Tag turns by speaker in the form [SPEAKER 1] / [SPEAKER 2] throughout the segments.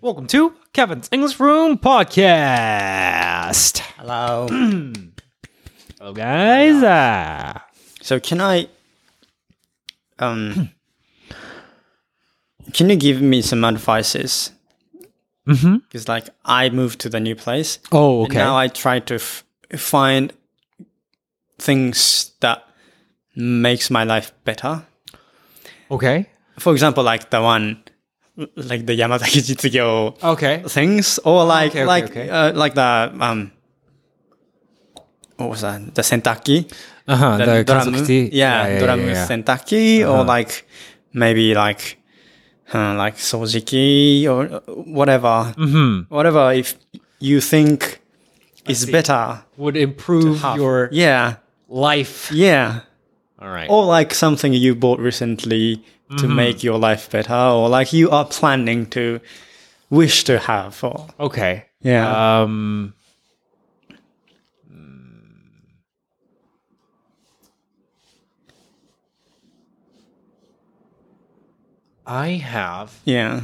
[SPEAKER 1] Welcome to Kevin's English Room Podcast.
[SPEAKER 2] Hello.
[SPEAKER 1] Hello, Oh, guys. Uh,
[SPEAKER 2] so can I um can you give me some advices?
[SPEAKER 1] Mhm.
[SPEAKER 2] Because like I moved to the new place.
[SPEAKER 1] oh,
[SPEAKER 2] And now I try to f- find things that makes my life better.
[SPEAKER 1] okay.
[SPEAKER 2] For example, like the one like the Yamasaki Jitsugyo
[SPEAKER 1] Okay.
[SPEAKER 2] things or like
[SPEAKER 1] okay,
[SPEAKER 2] like
[SPEAKER 1] okay.
[SPEAKER 2] Uh, like the um what was that? The sentaki.
[SPEAKER 1] Uh huh.
[SPEAKER 2] Uh-huh, the, drum, yeah, Uh-huh. drum sentaki or like maybe like uh, like sojiki or uh, whatever whatever if you think is better
[SPEAKER 1] Would improve
[SPEAKER 2] have.
[SPEAKER 1] your
[SPEAKER 2] yeah
[SPEAKER 1] life.
[SPEAKER 2] yeah
[SPEAKER 1] All right.
[SPEAKER 2] or like something you bought recently to make your life better or like you are planning to wish to have or
[SPEAKER 1] Okay.
[SPEAKER 2] yeah
[SPEAKER 1] Um. hmm. I have
[SPEAKER 2] yeah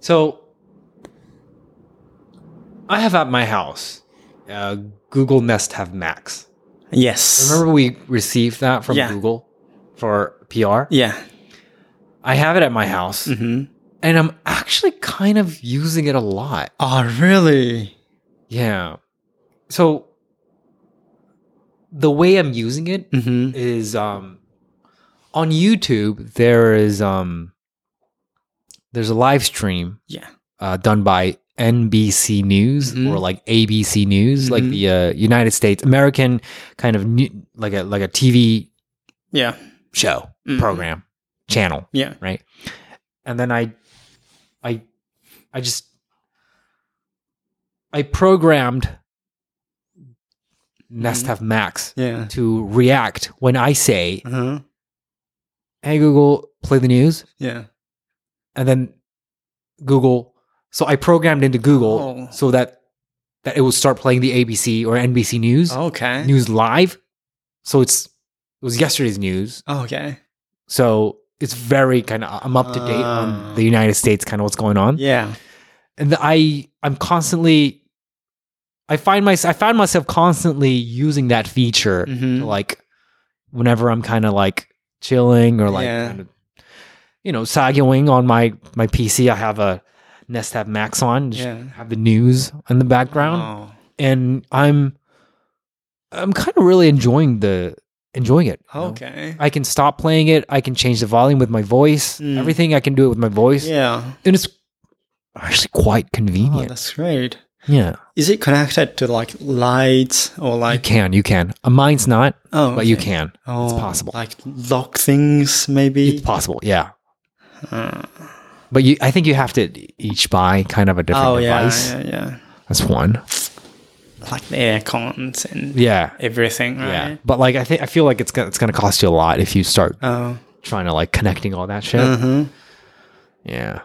[SPEAKER 1] So I have at my house uh, Google Nest have Max.
[SPEAKER 2] yes
[SPEAKER 1] Remember we received that from
[SPEAKER 2] Yeah.
[SPEAKER 1] Google for PR?
[SPEAKER 2] yeah
[SPEAKER 1] I have it at my house
[SPEAKER 2] Mhm.
[SPEAKER 1] and I'm actually kind of using it a lot.
[SPEAKER 2] oh really
[SPEAKER 1] Yeah. So the way I'm using it
[SPEAKER 2] hmm
[SPEAKER 1] is um on YouTube there is um there's a live stream
[SPEAKER 2] yeah
[SPEAKER 1] uh, done by NBC News
[SPEAKER 2] Mhm.
[SPEAKER 1] or like ABC News, like
[SPEAKER 2] Mhm.
[SPEAKER 1] the uh, United States American kind of new, like a like a TV
[SPEAKER 2] yeah
[SPEAKER 1] show
[SPEAKER 2] Mhm.
[SPEAKER 1] program channel,
[SPEAKER 2] yeah
[SPEAKER 1] right? And then I, I, I just I programmed Nest Have Max
[SPEAKER 2] yeah
[SPEAKER 1] to react when I say,
[SPEAKER 2] uh-huh.
[SPEAKER 1] "Hey Google, play the news,"
[SPEAKER 2] yeah
[SPEAKER 1] and then Google. So I programmed into Google
[SPEAKER 2] Oh.
[SPEAKER 1] so that that it will start playing the ABC or NBC News
[SPEAKER 2] Okay.
[SPEAKER 1] news live. So it's it was yesterday's news.
[SPEAKER 2] okay.
[SPEAKER 1] So it's very kind of I'm up to date
[SPEAKER 2] Ah.
[SPEAKER 1] on the United States kind of what's going on.
[SPEAKER 2] Yeah.
[SPEAKER 1] And the, I I'm constantly I find my I found myself constantly using that feature
[SPEAKER 2] Mhm.
[SPEAKER 1] to like whenever I'm kind of like chilling or like
[SPEAKER 2] Yeah.
[SPEAKER 1] kind of you know sagging on my my PC. I have a Nest Tab Max on, just
[SPEAKER 2] Yeah.
[SPEAKER 1] have the news in the background,
[SPEAKER 2] Oh.
[SPEAKER 1] and I'm I'm kind of really enjoying the enjoying it. you know?
[SPEAKER 2] Oh, Okay.
[SPEAKER 1] I can stop playing it. I can change the volume with my voice.
[SPEAKER 2] Mm.
[SPEAKER 1] Everything I can do it with my voice,
[SPEAKER 2] Yeah.
[SPEAKER 1] and it's actually quite
[SPEAKER 2] Oh,
[SPEAKER 1] convenient.
[SPEAKER 2] that's great.
[SPEAKER 1] yeah,
[SPEAKER 2] Is it connected to like lights or
[SPEAKER 1] you
[SPEAKER 2] like?
[SPEAKER 1] can, you can. Uh, mine's not,
[SPEAKER 2] Oh,
[SPEAKER 1] but you
[SPEAKER 2] okay.
[SPEAKER 1] can.
[SPEAKER 2] Oh,
[SPEAKER 1] it's possible.
[SPEAKER 2] Like lock things,
[SPEAKER 1] It's
[SPEAKER 2] maybe.
[SPEAKER 1] possible. Yeah.
[SPEAKER 2] Uh,
[SPEAKER 1] But you, I think you have to each buy kind of a different
[SPEAKER 2] oh yeah,
[SPEAKER 1] device.
[SPEAKER 2] yeah, yeah.
[SPEAKER 1] That's one.
[SPEAKER 2] Like the air cons and
[SPEAKER 1] Yeah,
[SPEAKER 2] everything,
[SPEAKER 1] yeah.
[SPEAKER 2] right?
[SPEAKER 1] But like, I think I feel like it's gonna, it's gonna cost you a lot if you start
[SPEAKER 2] Oh.
[SPEAKER 1] trying to like connecting all that shit.
[SPEAKER 2] Uh-huh.
[SPEAKER 1] Yeah.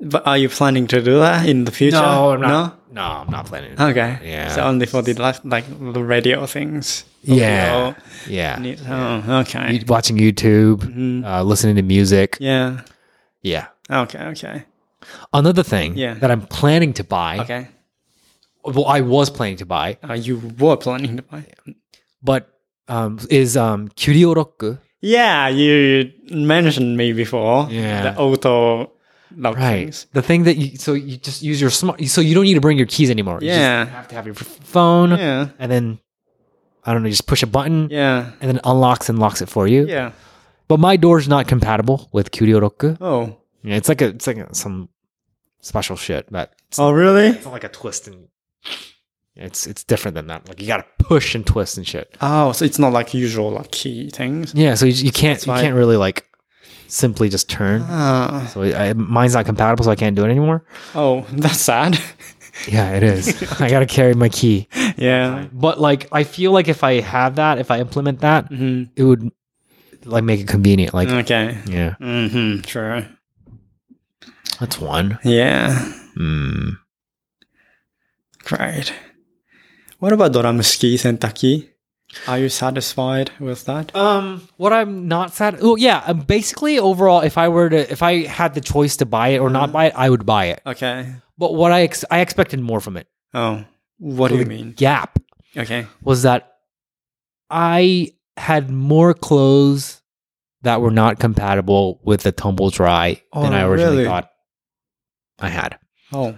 [SPEAKER 2] But are you planning to do that in the future?
[SPEAKER 1] No, I'm not. No, I'm not planning.
[SPEAKER 2] No. Okay.
[SPEAKER 1] Yeah.
[SPEAKER 2] So only for the like, like the radio things.
[SPEAKER 1] yeah.
[SPEAKER 2] Oh,
[SPEAKER 1] Yeah.
[SPEAKER 2] neat. Oh, okay.
[SPEAKER 1] You- Watching YouTube, uh, listening to music.
[SPEAKER 2] Mm-hmm. Yeah.
[SPEAKER 1] Yeah.
[SPEAKER 2] Okay. Okay.
[SPEAKER 1] Another thing
[SPEAKER 2] Yeah.
[SPEAKER 1] that I'm planning to buy.
[SPEAKER 2] Okay.
[SPEAKER 1] Well, I was planning to buy,
[SPEAKER 2] Uh, you were planning to buy.
[SPEAKER 1] but um, is um, Kyurioroku.
[SPEAKER 2] Yeah, you mentioned me before.
[SPEAKER 1] Yeah.
[SPEAKER 2] The auto lock
[SPEAKER 1] Right.
[SPEAKER 2] things.
[SPEAKER 1] The thing that you so you just use your smart so you don't need to bring your keys anymore. You just
[SPEAKER 2] Yeah.
[SPEAKER 1] have to have your f- phone
[SPEAKER 2] Yeah.
[SPEAKER 1] and then I don't know, just push a button
[SPEAKER 2] Yeah.
[SPEAKER 1] and then unlocks and locks it for you.
[SPEAKER 2] Yeah.
[SPEAKER 1] But my door's not compatible with Kyurioroku.
[SPEAKER 2] Oh.
[SPEAKER 1] Yeah, it's like a it's like a, some special shit that it's,
[SPEAKER 2] Oh, really?
[SPEAKER 1] it's not like a twist and it's it's different than that. Like you got to push and twist and shit.
[SPEAKER 2] Oh, so it's not like usual like key things.
[SPEAKER 1] Yeah, so you, you can't you
[SPEAKER 2] why-
[SPEAKER 1] can't really like simply just turn.
[SPEAKER 2] Ah.
[SPEAKER 1] So I, I- mine's not compatible, so I can't do it anymore.
[SPEAKER 2] oh, that's sad.
[SPEAKER 1] Yeah, it is. I gotta carry my key.
[SPEAKER 2] yeah.
[SPEAKER 1] But like, I feel like if I have that, if I implement that,
[SPEAKER 2] Mhm.
[SPEAKER 1] it would like make it convenient. Like,
[SPEAKER 2] Okay.
[SPEAKER 1] yeah,
[SPEAKER 2] Mm-hmm. True.
[SPEAKER 1] that's one.
[SPEAKER 2] Yeah.
[SPEAKER 1] Mm.
[SPEAKER 2] Great. What about drum ski sentaki? Are you satisfied with that?
[SPEAKER 1] Um, what I'm not sad. Oh yeah, um, basically overall, if I were to, if I had the choice to buy it or not buy it, I would buy it.
[SPEAKER 2] Okay.
[SPEAKER 1] But what I ex- I expected more from it.
[SPEAKER 2] Oh, what do you mean?
[SPEAKER 1] Gap
[SPEAKER 2] Okay.
[SPEAKER 1] was that I had more clothes that were not compatible with the tumble dry than
[SPEAKER 2] Oh,
[SPEAKER 1] I originally
[SPEAKER 2] really?
[SPEAKER 1] thought I had.
[SPEAKER 2] Oh,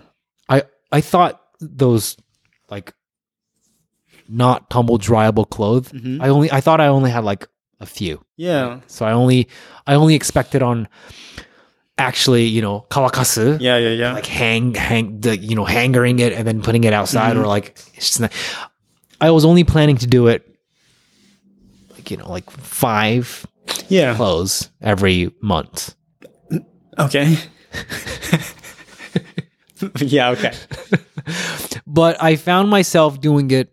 [SPEAKER 1] I thought those like not tumble dryable clothes.
[SPEAKER 2] Mhm.
[SPEAKER 1] I only I thought I only had like a few.
[SPEAKER 2] yeah.
[SPEAKER 1] So I only I only expected on actually, you know, kawakasu.
[SPEAKER 2] Yeah, yeah, yeah.
[SPEAKER 1] Like hang hang the you know, hangering it and then putting it outside or like it's just not, I was only planning to do it like you know, like five
[SPEAKER 2] yeah.
[SPEAKER 1] clothes every month.
[SPEAKER 2] Okay. yeah, okay.
[SPEAKER 1] But I found myself doing it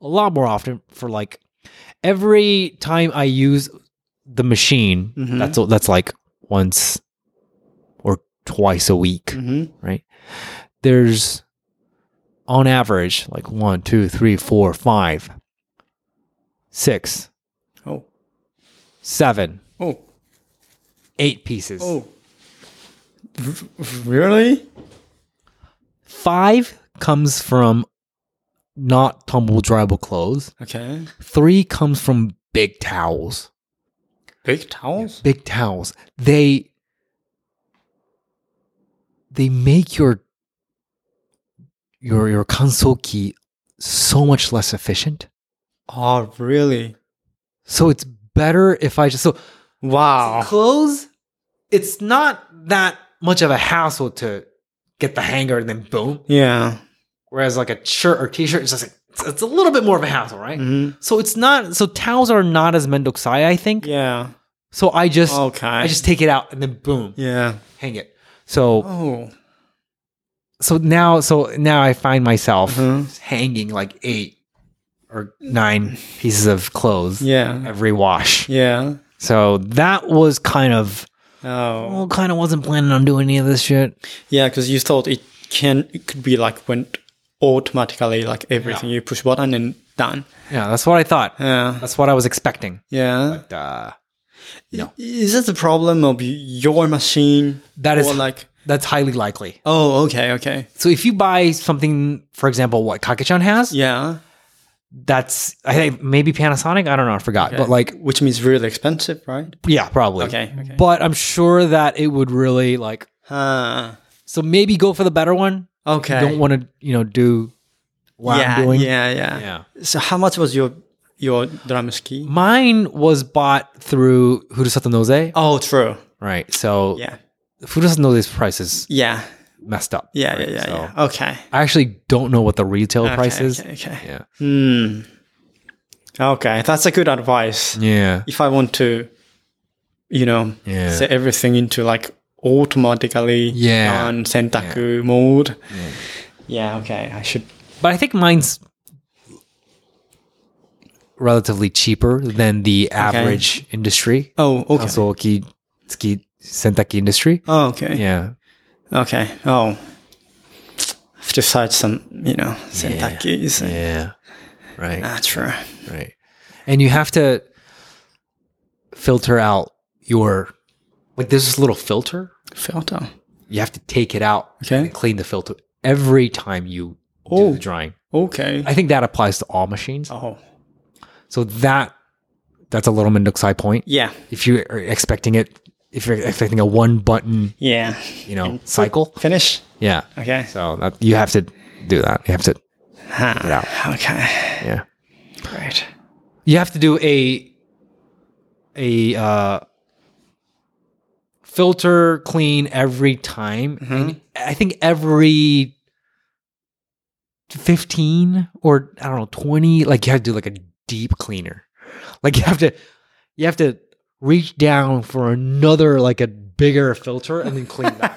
[SPEAKER 1] a lot more often for like every time I use the machine,
[SPEAKER 2] Mhm.
[SPEAKER 1] that's that's like once or twice a week.
[SPEAKER 2] hmm
[SPEAKER 1] right? There's on average like one, two, three, four, five, six,
[SPEAKER 2] Oh.
[SPEAKER 1] seven,
[SPEAKER 2] Oh.
[SPEAKER 1] eight pieces.
[SPEAKER 2] Oh. R- really?
[SPEAKER 1] Five comes from not tumble dryable clothes.
[SPEAKER 2] Okay.
[SPEAKER 1] Three comes from big towels.
[SPEAKER 2] Big towels?
[SPEAKER 1] Big towels. They they make your your your kansoki so much less efficient.
[SPEAKER 2] Oh, really?
[SPEAKER 1] So it's better if I just so
[SPEAKER 2] Wow.
[SPEAKER 1] clothes. It's not that much of a hassle to get the hanger and then boom.
[SPEAKER 2] Yeah.
[SPEAKER 1] Whereas like a shirt or t-shirt, it's just like, it's, it's a little bit more of a hassle, right?
[SPEAKER 2] hmm
[SPEAKER 1] So it's not so towels are not as mendokusai, I think.
[SPEAKER 2] Yeah.
[SPEAKER 1] So I just
[SPEAKER 2] Okay.
[SPEAKER 1] I just take it out and then boom,
[SPEAKER 2] Yeah.
[SPEAKER 1] hang it. So
[SPEAKER 2] Oh.
[SPEAKER 1] so now so now I find myself
[SPEAKER 2] Mhm.
[SPEAKER 1] hanging like eight or nine pieces of clothes
[SPEAKER 2] Yeah.
[SPEAKER 1] every wash.
[SPEAKER 2] Yeah.
[SPEAKER 1] So that was kind of
[SPEAKER 2] Oh.
[SPEAKER 1] well, kind of wasn't planning on doing any of this shit.
[SPEAKER 2] Yeah, because you thought it can it could be like when automatically like everything you push button and done.
[SPEAKER 1] Yeah, that's what I thought.
[SPEAKER 2] Yeah.
[SPEAKER 1] That's what I was expecting. uh,
[SPEAKER 2] Yeah.
[SPEAKER 1] Duh. No.
[SPEAKER 2] Is it the problem of y- your machine?
[SPEAKER 1] That is-
[SPEAKER 2] or like
[SPEAKER 1] That's highly likely.
[SPEAKER 2] oh okay okay
[SPEAKER 1] So if you buy something, for example, what Kakechan has,
[SPEAKER 2] yeah
[SPEAKER 1] that's I think maybe Panasonic. I don't know, I forgot. But like,
[SPEAKER 2] which means really expensive right?
[SPEAKER 1] yeah, probably.
[SPEAKER 2] Okay, okay.
[SPEAKER 1] But I'm sure that it would really like.
[SPEAKER 2] Huh.
[SPEAKER 1] So maybe go for the better one.
[SPEAKER 2] Ah, Okay.
[SPEAKER 1] You don't want to, you know, do what
[SPEAKER 2] yeah,
[SPEAKER 1] I'm doing.
[SPEAKER 2] yeah yeah
[SPEAKER 1] Yeah.
[SPEAKER 2] So how much was your your drum ski?
[SPEAKER 1] Mine was bought through Furusato Noze.
[SPEAKER 2] Oh, true.
[SPEAKER 1] Right. So
[SPEAKER 2] Yeah
[SPEAKER 1] Furusato Noze's price is
[SPEAKER 2] yeah
[SPEAKER 1] messed up.
[SPEAKER 2] yeah
[SPEAKER 1] right?
[SPEAKER 2] yeah yeah,
[SPEAKER 1] So-
[SPEAKER 2] yeah. Okay.
[SPEAKER 1] I actually don't know what the retail
[SPEAKER 2] okay.
[SPEAKER 1] price is.
[SPEAKER 2] Okay. okay.
[SPEAKER 1] Yeah.
[SPEAKER 2] Hmm. Okay, that's a good advice.
[SPEAKER 1] Yeah.
[SPEAKER 2] if I want to, you know,
[SPEAKER 1] Yeah.
[SPEAKER 2] set everything into like automatically
[SPEAKER 1] Yeah.
[SPEAKER 2] on sentaku mode. Yeah. okay. I should.
[SPEAKER 1] But I think mine's relatively cheaper than the average industry.
[SPEAKER 2] Oh, okay.
[SPEAKER 1] Kansooki ski sentaki industry.
[SPEAKER 2] oh, okay.
[SPEAKER 1] Yeah.
[SPEAKER 2] Okay. Oh, I have to search some, you know, sentakis. and-
[SPEAKER 1] Yeah. Right.
[SPEAKER 2] Ah, true.
[SPEAKER 1] Right. And you have to filter out your like there's this little filter.
[SPEAKER 2] Filter.
[SPEAKER 1] You have to take it out
[SPEAKER 2] Okay.
[SPEAKER 1] and clean the filter every time you do
[SPEAKER 2] Oh.
[SPEAKER 1] the drying.
[SPEAKER 2] Okay.
[SPEAKER 1] I think that applies to all machines.
[SPEAKER 2] oh,
[SPEAKER 1] So that that's a little Minduxai point.
[SPEAKER 2] yeah,
[SPEAKER 1] If you are expecting it, if you're expecting a one button,
[SPEAKER 2] yeah.
[SPEAKER 1] you know, cycle,
[SPEAKER 2] Finish.
[SPEAKER 1] yeah.
[SPEAKER 2] Okay.
[SPEAKER 1] So that, you have to do that. You have to,
[SPEAKER 2] Ah,
[SPEAKER 1] out.
[SPEAKER 2] Okay.
[SPEAKER 1] yeah.
[SPEAKER 2] Great.
[SPEAKER 1] You have to do a a uh, filter clean every time. And I think every fifteen or I don't know twenty. Like you have to do like a deep cleaner. Like you have to you have to reach down for another like a bigger filter and then clean that.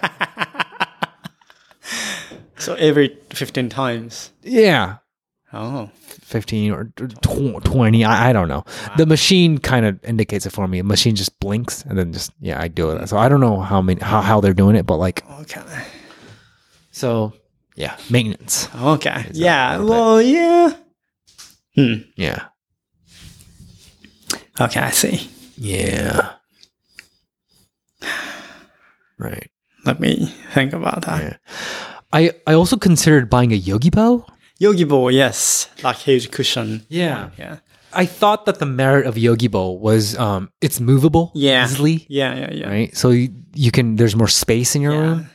[SPEAKER 2] So every 15 times.
[SPEAKER 1] yeah.
[SPEAKER 2] Oh.
[SPEAKER 1] 15 or tw- 20 I, I don't know the machine kind of indicates it for me the machine just blinks and then just yeah i do it so i don't know how many how, how they're doing it but like
[SPEAKER 2] Okay.
[SPEAKER 1] so yeah maintenance
[SPEAKER 2] Okay.
[SPEAKER 1] that
[SPEAKER 2] Yeah.
[SPEAKER 1] a little
[SPEAKER 2] Well, yeah.
[SPEAKER 1] yeah
[SPEAKER 2] Okay, I see.
[SPEAKER 1] Yeah. Right.
[SPEAKER 2] Let me think about that.
[SPEAKER 1] Yeah. I I also considered buying a Yogi Bow.
[SPEAKER 2] Yogi ball, yes, like huge cushion.
[SPEAKER 1] Yeah.
[SPEAKER 2] Yeah.
[SPEAKER 1] I thought that the merit of Yogi Bow was um it's movable
[SPEAKER 2] Yeah.
[SPEAKER 1] easily,
[SPEAKER 2] Yeah, yeah, yeah.
[SPEAKER 1] right? So you, you can there's more space in your
[SPEAKER 2] Yeah.
[SPEAKER 1] room.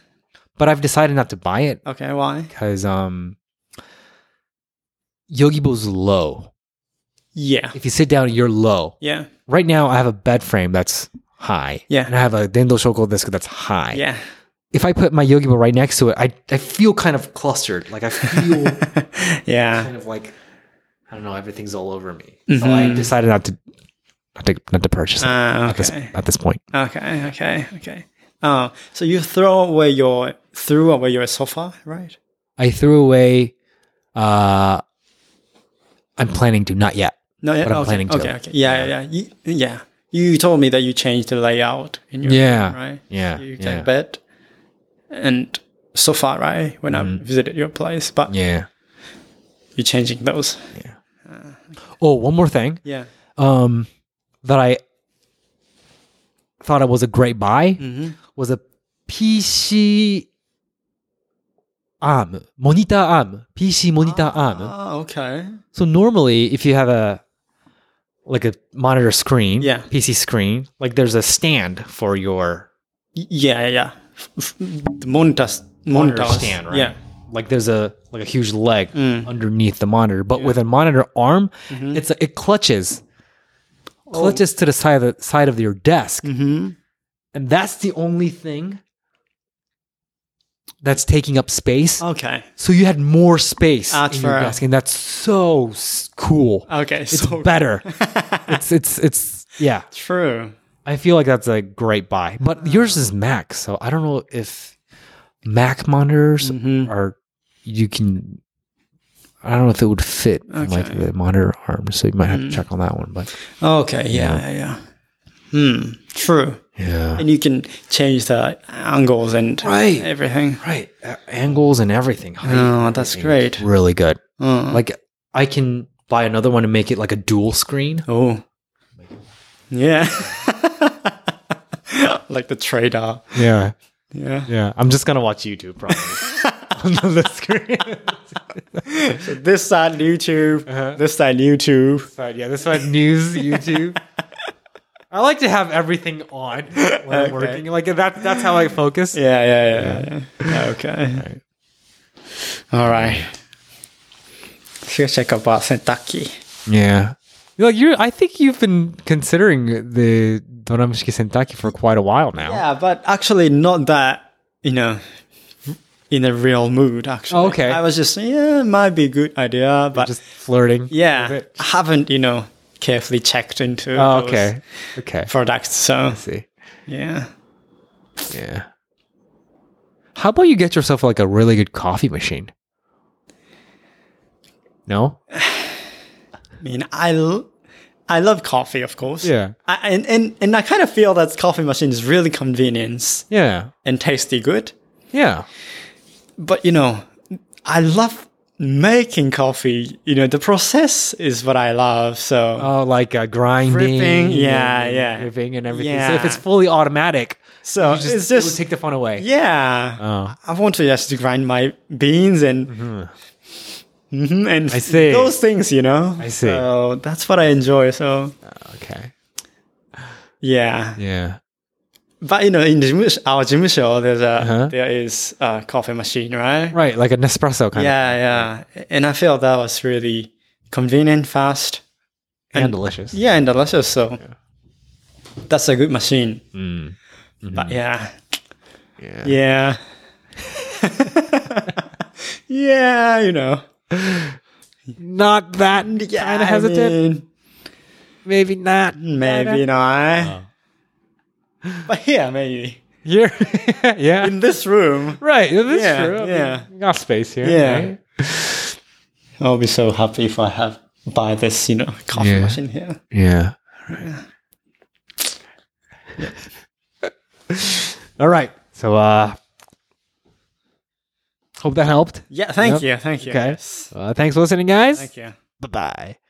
[SPEAKER 1] But I've decided not to buy it
[SPEAKER 2] Okay, why?
[SPEAKER 1] because um Yogi Bow's low.
[SPEAKER 2] Yeah.
[SPEAKER 1] If you sit down, you're low.
[SPEAKER 2] Yeah.
[SPEAKER 1] Right now, I have a bed frame that's high.
[SPEAKER 2] Yeah.
[SPEAKER 1] And I have a dendo shoko desk that's high.
[SPEAKER 2] Yeah.
[SPEAKER 1] If I put my yogi ball right next to it, I, I feel kind of clustered. Like I feel
[SPEAKER 2] yeah.
[SPEAKER 1] kind of like I don't know, everything's all over me. So
[SPEAKER 2] Mm-hmm.
[SPEAKER 1] I decided not to not to not to purchase it
[SPEAKER 2] Uh,
[SPEAKER 1] at, this,
[SPEAKER 2] okay.
[SPEAKER 1] at this point.
[SPEAKER 2] Okay, okay, okay. Uh, so you throw away your threw away your sofa, right?
[SPEAKER 1] I threw away uh I'm planning to not yet.
[SPEAKER 2] No, yeah,
[SPEAKER 1] But I'm
[SPEAKER 2] okay,
[SPEAKER 1] planning to.
[SPEAKER 2] okay, okay. Yeah, yeah, yeah. You, yeah. You told me that you changed the layout in your
[SPEAKER 1] Yeah.
[SPEAKER 2] room, right?
[SPEAKER 1] Yeah,
[SPEAKER 2] You
[SPEAKER 1] yeah.
[SPEAKER 2] take bed and sofa, right? When I visited your place, but
[SPEAKER 1] Mm-hmm. Yeah.
[SPEAKER 2] you're changing those.
[SPEAKER 1] Oh, one more thing
[SPEAKER 2] Yeah.
[SPEAKER 1] um that I thought it was a great buy
[SPEAKER 2] Mm-hmm.
[SPEAKER 1] was a PC arm monitor arm PC monitor arm.
[SPEAKER 2] Ah, okay.
[SPEAKER 1] So normally, if you have a like a monitor screen,
[SPEAKER 2] Yeah.
[SPEAKER 1] PC screen, like there's a stand for your
[SPEAKER 2] Y- Yeah, yeah, yeah. F- f- The monitor, monitor
[SPEAKER 1] monitor stand, right?
[SPEAKER 2] Yeah. Mm.
[SPEAKER 1] Like there's a like a huge leg underneath the monitor, but with a monitor arm,
[SPEAKER 2] Mm-hmm.
[SPEAKER 1] it's a, it clutches,
[SPEAKER 2] Oh.
[SPEAKER 1] clutches to the side of the side of your desk,
[SPEAKER 2] Mm-hmm.
[SPEAKER 1] and that's the only thing that's taking up space.
[SPEAKER 2] Okay.
[SPEAKER 1] So you had more space
[SPEAKER 2] At
[SPEAKER 1] in your
[SPEAKER 2] first.
[SPEAKER 1] desk, and that's so s- cool.
[SPEAKER 2] Okay.
[SPEAKER 1] it's
[SPEAKER 2] Uh, so
[SPEAKER 1] better. it's it's it's yeah.
[SPEAKER 2] true.
[SPEAKER 1] I feel like that's a great buy. But yours is Mac, so I don't know if Mac monitors are you can I don't know if it would fit in, like
[SPEAKER 2] Okay.
[SPEAKER 1] the monitor arm, so you might have to check on that one. But
[SPEAKER 2] Okay. Yeah, yeah, yeah. Hmm. True.
[SPEAKER 1] yeah,
[SPEAKER 2] And you can change the angles and
[SPEAKER 1] Right.
[SPEAKER 2] everything.
[SPEAKER 1] right, uh, angles and everything. height,
[SPEAKER 2] Oh, that's
[SPEAKER 1] everything.
[SPEAKER 2] great.
[SPEAKER 1] Really good.
[SPEAKER 2] Mm.
[SPEAKER 1] Like I can buy another one and make it like a dual screen.
[SPEAKER 2] Oh. Yeah. like the trader.
[SPEAKER 1] Yeah,
[SPEAKER 2] Yeah.
[SPEAKER 1] yeah. I'm just gonna watch YouTube probably on the screen.
[SPEAKER 2] So this side YouTube,
[SPEAKER 1] Uh-huh.
[SPEAKER 2] this side YouTube.
[SPEAKER 1] side. Yeah, this side news YouTube. I like to have everything on when I'm
[SPEAKER 2] Okay.
[SPEAKER 1] working. Like that that's how I focus.
[SPEAKER 2] Yeah, yeah, yeah. yeah. Okay. All right. Let's check about Sentaki.
[SPEAKER 1] Yeah. Like you I think you've been considering the Doramushiki Sentaki for quite a while now.
[SPEAKER 2] Yeah, but actually not that, you know, in a real mood, actually.
[SPEAKER 1] Oh, okay.
[SPEAKER 2] I was just, yeah, might be a good idea, but
[SPEAKER 1] Just flirting.
[SPEAKER 2] yeah,
[SPEAKER 1] with it.
[SPEAKER 2] I haven't, you know, carefully checked into
[SPEAKER 1] Oh,
[SPEAKER 2] those
[SPEAKER 1] okay. Okay.
[SPEAKER 2] products. So,
[SPEAKER 1] I see.
[SPEAKER 2] yeah.
[SPEAKER 1] Yeah. How about you get yourself like a really good coffee machine? No?
[SPEAKER 2] I mean, I, l- I love coffee, of course.
[SPEAKER 1] Yeah.
[SPEAKER 2] I, and, and, and I kind of feel that coffee machine is really convenient
[SPEAKER 1] Yeah.
[SPEAKER 2] and tasty good.
[SPEAKER 1] Yeah.
[SPEAKER 2] But, you know, I love making coffee. You know, the process is what I love. So,
[SPEAKER 1] Oh, like uh, grinding,
[SPEAKER 2] Gripping, yeah,
[SPEAKER 1] and
[SPEAKER 2] yeah.
[SPEAKER 1] gripping and everything. So
[SPEAKER 2] Yeah.
[SPEAKER 1] if it's fully automatic,
[SPEAKER 2] so
[SPEAKER 1] Oh, just,
[SPEAKER 2] it's
[SPEAKER 1] it would
[SPEAKER 2] just
[SPEAKER 1] take the fun away.
[SPEAKER 2] Yeah.
[SPEAKER 1] Oh.
[SPEAKER 2] I want to just grind my beans and Mhm, and I
[SPEAKER 1] Mm-hmm. see.
[SPEAKER 2] those things, you know.
[SPEAKER 1] I see.
[SPEAKER 2] So that's what I enjoy. So
[SPEAKER 1] Okay.
[SPEAKER 2] yeah.
[SPEAKER 1] Yeah.
[SPEAKER 2] But you know, in the gym, our gym show, there's a
[SPEAKER 1] Uh-huh.
[SPEAKER 2] there is a coffee machine, right?
[SPEAKER 1] Right, like an espresso kind of
[SPEAKER 2] Yeah, yeah. And I felt that was really convenient, fast.
[SPEAKER 1] and,
[SPEAKER 2] and-
[SPEAKER 1] delicious.
[SPEAKER 2] Yeah, and delicious. So that's a good machine. But yeah,
[SPEAKER 1] Mm. Mm-hmm. Yeah.
[SPEAKER 2] yeah, yeah. You know.
[SPEAKER 1] Not that kind of hesitant.
[SPEAKER 2] mean,
[SPEAKER 1] maybe not.
[SPEAKER 2] maybe not. But yeah, maybe.
[SPEAKER 1] Yeah. yeah.
[SPEAKER 2] In this room,
[SPEAKER 1] Right. That's
[SPEAKER 2] Yeah,
[SPEAKER 1] true. I mean,
[SPEAKER 2] yeah.
[SPEAKER 1] we got space here.
[SPEAKER 2] Yeah.
[SPEAKER 1] right?
[SPEAKER 2] I'll be so happy if I have buy this, you know, coffee
[SPEAKER 1] Yeah.
[SPEAKER 2] machine here.
[SPEAKER 1] Yeah. All right. So, uh, hope that helped.
[SPEAKER 2] Yeah, thank
[SPEAKER 1] Yep.
[SPEAKER 2] you, thank you.
[SPEAKER 1] Okay. Uh, thanks for listening, guys.
[SPEAKER 2] Thank you.
[SPEAKER 1] Bye bye.